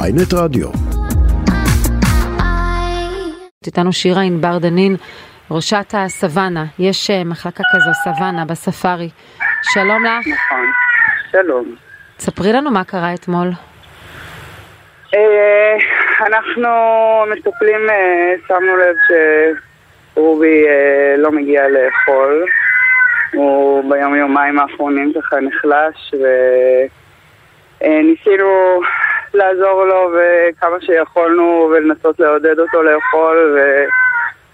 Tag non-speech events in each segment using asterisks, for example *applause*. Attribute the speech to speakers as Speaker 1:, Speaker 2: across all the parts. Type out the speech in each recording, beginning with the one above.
Speaker 1: ויינט רדיו.
Speaker 2: איתנו שירה ענבר דנין, ראשת הסוואנה. יש אה, מחלקה כזו, סוואנה, בספארי. שלום לך.
Speaker 3: נכון. שלום.
Speaker 2: ספרי לנו מה קרה אתמול.
Speaker 3: אה, אנחנו מטפלים, אה, שמנו לב שרובי אה, לא מגיע לאכול. הוא ביום יומיים האחרונים ככה נחלש וניסינו לעזור לו וכמה שיכולנו ולנסות לעודד אותו לאכול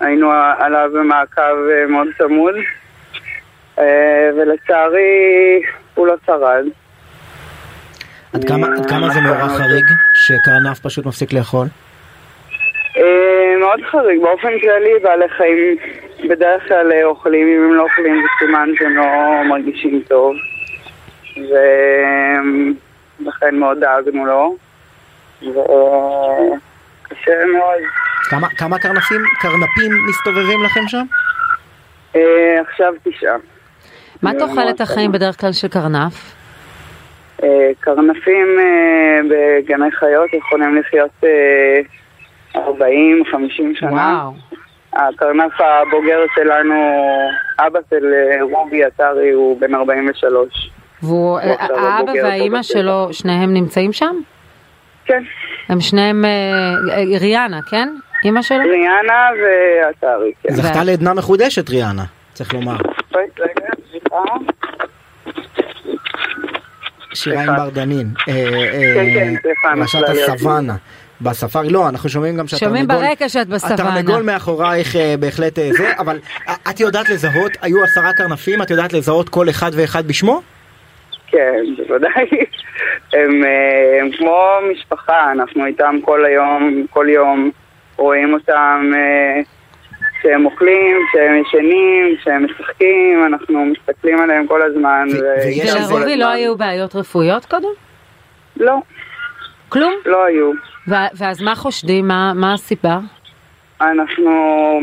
Speaker 3: והיינו עליו במעקב אה, מאוד צמוד אה, ולצערי הוא לא שרד.
Speaker 4: עד כמה, עד כמה זה נורא חריג שקרנף פשוט מפסיק לאכול?
Speaker 3: אה, מאוד חריג, באופן כללי בעלי חיים בדרך כלל אה, אוכלים, אם הם לא אוכלים זה סימן שהם לא מרגישים טוב ולכן מאוד דאגנו לו וקשה מאוד.
Speaker 4: כמה, כמה קרנפים, קרנפים מסתובבים לכם שם?
Speaker 3: אה, עכשיו תשעה.
Speaker 2: מה
Speaker 3: אה,
Speaker 2: תוחלת
Speaker 3: מאוד
Speaker 2: החיים
Speaker 3: קרה.
Speaker 2: בדרך כלל של קרנף?
Speaker 3: אה, קרנפים אה, בגני חיות יכולים לחיות אה, 40-50 שנה.
Speaker 2: וואו.
Speaker 3: הקרנף הבוגר שלנו, אבא של אה, רובי עטרי, הוא בן 43.
Speaker 2: והוא, אה,
Speaker 3: הוא עכשיו
Speaker 2: האבא
Speaker 3: הבוגר
Speaker 2: והאימא
Speaker 3: פה
Speaker 2: שלו, שניהם נמצאים שם?
Speaker 3: כן,
Speaker 2: הם שניהם, אה, אה, ריאנה, כן? אימא שלו?
Speaker 3: ריאנה ועטרי, כן.
Speaker 4: זכתה לעדנה מחודשת ריאנה, צריך לומר.
Speaker 3: רגע, סליחה.
Speaker 4: שירה
Speaker 3: סליחה.
Speaker 4: ענבר דנין, אה, אה,
Speaker 3: כן, כן, סליחה,
Speaker 4: ראשת
Speaker 3: נפלה לי
Speaker 4: הסוואנה. בספארי, לא, אנחנו שומעים גם שהתרנגול...
Speaker 2: שומעים ברקע שאת בסוואנה.
Speaker 4: התרנגול מאחורייך אה, בהחלט אה, זה, אבל אה, את יודעת לזהות, היו עשרה קרנפים, את יודעת לזהות כל אחד ואחד בשמו?
Speaker 3: כן, בוודאי. הם, אה, הם כמו משפחה, אנחנו איתם כל היום, כל יום רואים אותם אה, כשהם אוכלים, כשהם ישנים, כשהם משחקים, אנחנו מסתכלים עליהם כל הזמן.
Speaker 4: ו-
Speaker 3: ואיתם
Speaker 4: ויש
Speaker 3: כל
Speaker 2: ולרובי לא
Speaker 3: הזמן.
Speaker 2: היו בעיות רפואיות קודם?
Speaker 3: לא,
Speaker 2: כלום?
Speaker 3: לא היו.
Speaker 2: ו- ואז מה חושדים? מה, מה הסיבה?
Speaker 3: אנחנו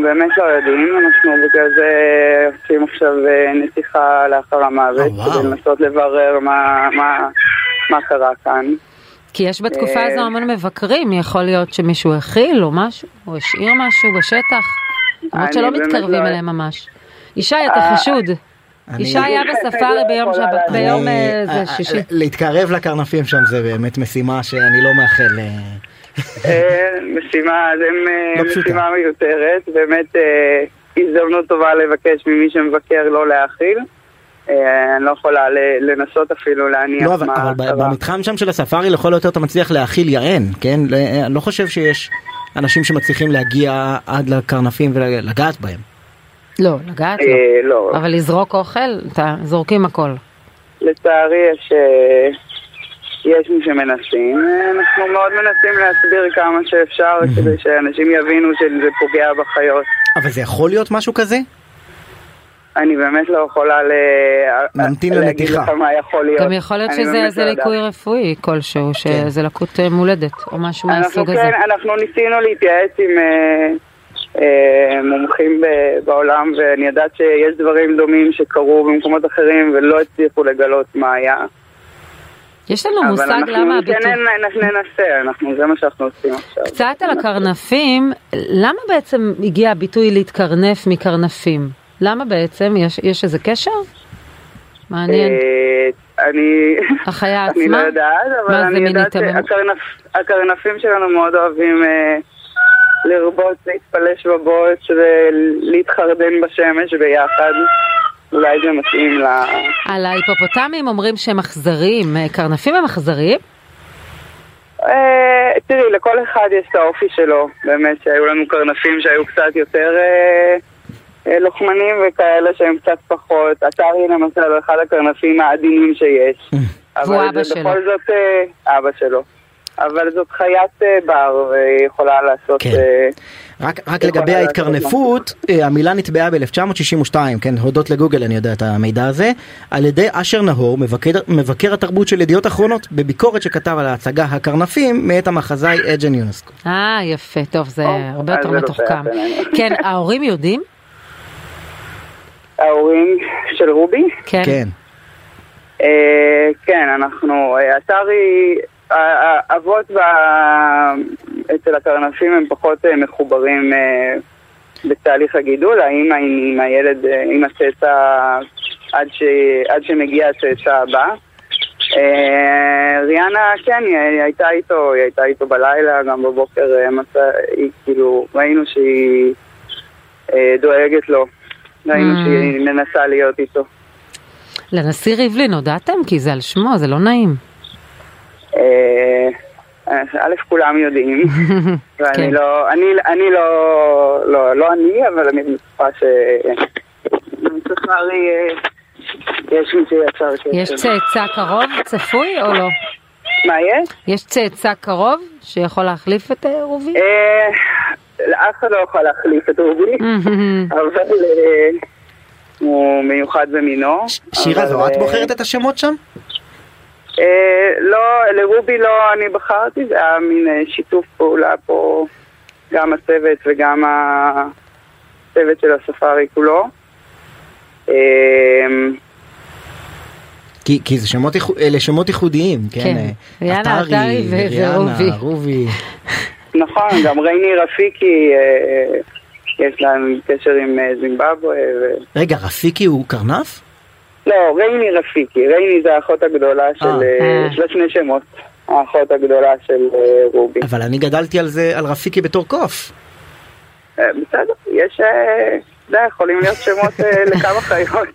Speaker 3: באמת לא יודעים, אנחנו בגלל זה עושים עכשיו אה, נסיכה לאחר המוות,
Speaker 4: אה, וואו.
Speaker 3: כדי לנסות לברר מה, מה, מה קרה כאן.
Speaker 2: כי יש בתקופה
Speaker 3: אה,
Speaker 2: הזו המון מבקרים, יכול להיות שמישהו הכיל או משהו, או השאיר משהו בשטח, למרות
Speaker 3: אני
Speaker 2: שלא
Speaker 3: באמת
Speaker 2: מתקרבים
Speaker 3: לא-
Speaker 2: אליהם ממש. ישי, אתה
Speaker 3: אה,
Speaker 2: חשוד.
Speaker 4: אני-
Speaker 2: ישי היה בספארי
Speaker 3: אני-
Speaker 2: ביום שבת,
Speaker 4: אני-
Speaker 2: ביום אה,
Speaker 4: אה, אה,
Speaker 2: זה שישי.
Speaker 4: להתקרב לקרנפים שם זה באמת משימה שאני לא מאחל. אה,
Speaker 3: אה, משימה, אז הם אה,
Speaker 4: לא פשוטה.
Speaker 3: משימה מיותרת, באמת אה, הזדמנות טובה לבקש ממי שמבקר לא להאכיל. אה, אני לא יכולה ל- לנסות אפילו להניח
Speaker 4: לא, אבל,
Speaker 3: מה
Speaker 4: אבל ב-
Speaker 3: קרה.
Speaker 4: במתחם שם של הספארי לכל היותר אתה מצליח להכיל יען, כן? לא- אני לא חושב שיש אנשים שמצליחים להגיע עד לקרנפים ולגעת בהם.
Speaker 2: לא, לגעת לא.
Speaker 3: אה, לא,
Speaker 2: אבל לזרוק אוכל, אתה- זורקים הכל.
Speaker 3: לצערי יש, אה, יש מי שמנסים. אה, אנחנו מאוד מנסים להסביר כמה שאפשר כדי שאנשים יבינו שזה פוגע בחיות.
Speaker 4: אבל זה יכול להיות משהו כזה?
Speaker 3: אני באמת לא יכולה ל...
Speaker 4: נמתין
Speaker 3: להגיד
Speaker 4: לנתיחה.
Speaker 3: לך מה יכול להיות.
Speaker 2: גם יכול להיות
Speaker 3: אה, אני
Speaker 2: שזה
Speaker 3: באמת
Speaker 2: זה
Speaker 3: לא יודעת.
Speaker 2: ליקוי רפואי כלשהו, שזה לקות אה, מולדת, או משהו
Speaker 3: אנחנו
Speaker 2: מהסוג הזה.
Speaker 3: כן, אנחנו ניסינו להתייעץ עם אה, אה, מומחים ב- בעולם, ואני יודעת שיש דברים דומים שקרו במקומות אחרים ולא הצליחו לגלות מה היה.
Speaker 2: יש לנו
Speaker 3: אבל
Speaker 2: מושג
Speaker 3: אנחנו
Speaker 2: למה
Speaker 3: כן
Speaker 2: הביטוי...
Speaker 3: נ- ננסה, אנחנו, זה מה שאנחנו עושים עכשיו. אה,
Speaker 2: קצת על הקרנפים, למה בעצם הגיע הביטוי להתקרנף מקרנפים? למה בעצם? יש, יש איזה קשר? מעניין.
Speaker 3: אה, אני...
Speaker 2: החיה עצמה?
Speaker 3: אני לא יודעת, אבל
Speaker 2: מה זה
Speaker 3: אני יודעת
Speaker 2: מינית הממ-
Speaker 3: שהקרנפים שלנו מאוד אוהבים אה, לרבוץ, להתפלש בבוץ ולהתחרדן בשמש ביחד. אולי זה מתאים ל...
Speaker 2: על ההיפופוטמים אומרים שהם אכזריים, אה, קרנפים הם אכזריים?
Speaker 3: אה, תראי, לכל אחד יש את האופי שלו. באמת שהיו לנו קרנפים שהיו קצת יותר אה, אה, לוחמנים וכאלה שהם קצת פחות. אתרי למשל הוא אחד הקרנפים העדינים שיש.
Speaker 2: והוא
Speaker 3: אבל
Speaker 2: אבא
Speaker 3: זה
Speaker 2: שלו.
Speaker 3: בכל זאת אה, אבא שלו. אבל זאת חיית אה, בר, והיא יכולה לעשות...
Speaker 4: כן.
Speaker 3: אה,
Speaker 4: רק, רק
Speaker 3: יכול
Speaker 4: לגבי
Speaker 3: להיות.
Speaker 4: ההתקרנפות, אה, המילה נטבעה ב-1962, כן, הודות לגוגל אני יודע את המידע הזה, על ידי אשר נהור, מבקר, מבקר התרבות של ידיעות אחרונות, בביקורת שכתב על ההצגה הקרנפים, מאת המחזאי אג'ן יונסקו.
Speaker 2: אה, יפה, טוב, זה
Speaker 3: אוי,
Speaker 2: הרבה
Speaker 3: אז
Speaker 2: יותר
Speaker 3: זה לא
Speaker 2: מתוחכם.
Speaker 3: שייך *laughs* אלינו.
Speaker 2: כן, ההורים יודעים?
Speaker 3: ההורים של רובי?
Speaker 2: כן.
Speaker 4: כן.
Speaker 3: אה, כן, אנחנו... אה, אתרי האבות וה- אצל הקרנפים הם פחות אה, מחוברים אה, בתהליך הגידול, האמא עם, עם הילד, אה, עם הצאצא עד, ש, עד שמגיע הצאצא הבא. אה, ריאנה, כן, היא הייתה איתו, היא הייתה איתו בלילה, גם בבוקר אה, מצא, היא כאילו, ראינו שהיא אה, דואגת לו, ראינו
Speaker 2: Mm.
Speaker 3: שהיא מנסה להיות איתו.
Speaker 2: לנשיא ריבלין הודעתם? כי זה על שמו, זה לא
Speaker 3: *laughs*
Speaker 2: נעים.
Speaker 3: אה, א', כולם יודעים,
Speaker 4: *laughs*
Speaker 3: ואני
Speaker 2: כן.
Speaker 3: לא, אני, אני לא, לא, לא אני, אבל אני מצפה ש... לצערי, אה, יש מי שיצר קשר.
Speaker 2: יש צאצא קרוב צפוי או לא?
Speaker 3: מה יש?
Speaker 2: יש צאצא קרוב שיכול להחליף את אה, רובי?
Speaker 3: אה, אף אחד לא יכול להחליף את רובי,
Speaker 4: אה.
Speaker 2: *laughs*
Speaker 3: אבל אה, הוא מיוחד במינו.
Speaker 4: ש- שירה,
Speaker 3: אבל,
Speaker 4: זו את
Speaker 3: אה,
Speaker 4: בוחרת את השמות שם?
Speaker 3: אה, לא, לרובי לא אני בחרתי, זה היה מין אה, שיתוף פעולה פה, גם הצוות וגם הצוות של הספארי כולו. אה,
Speaker 4: כי, כי זה שמות, ייחו- אלה שמות ייחודיים, כן?
Speaker 2: כן.
Speaker 4: אה,
Speaker 2: ריאנה, עטרי ו- ורובי.
Speaker 4: ריאנה, רובי.
Speaker 3: נכון, גם רייני רפיקי, אה, יש להם קשר עם אה, זימבבואה. ו...
Speaker 4: רגע, רפיקי הוא קרנף?
Speaker 3: לא, רייני רפיקי, רייני זה האחות הגדולה של...
Speaker 4: אה.
Speaker 3: אה, יש לה שני שמות, האחות הגדולה של אה, רובי.
Speaker 4: אבל אני גדלתי על זה, על רפיקי בתור קוף.
Speaker 3: אה, בסדר, יש... אה, אתה יודע, יכולים להיות שמות אה, לכמה חיות.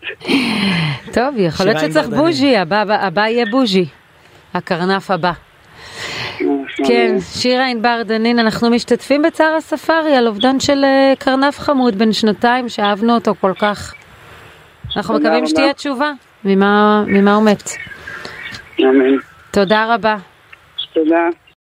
Speaker 2: טוב, יכול להיות
Speaker 4: שירה עם
Speaker 2: שצריך
Speaker 4: ברדנים.
Speaker 2: בוז'י, הבא- הבא יהיה בוז'י. הקרנף הבא. כן, שירה ענבר דנין, אנחנו משתתפים בצער הספארי על אובדן של אה, קרנף חמוד בן שנתיים שאהבנו אותו כל כך. אנחנו
Speaker 3: תודה
Speaker 2: מקווים
Speaker 3: רבה.
Speaker 2: שתהיה תשובה ממה ממה הוא מת.
Speaker 3: אמן.
Speaker 2: תודה רבה.
Speaker 3: תודה.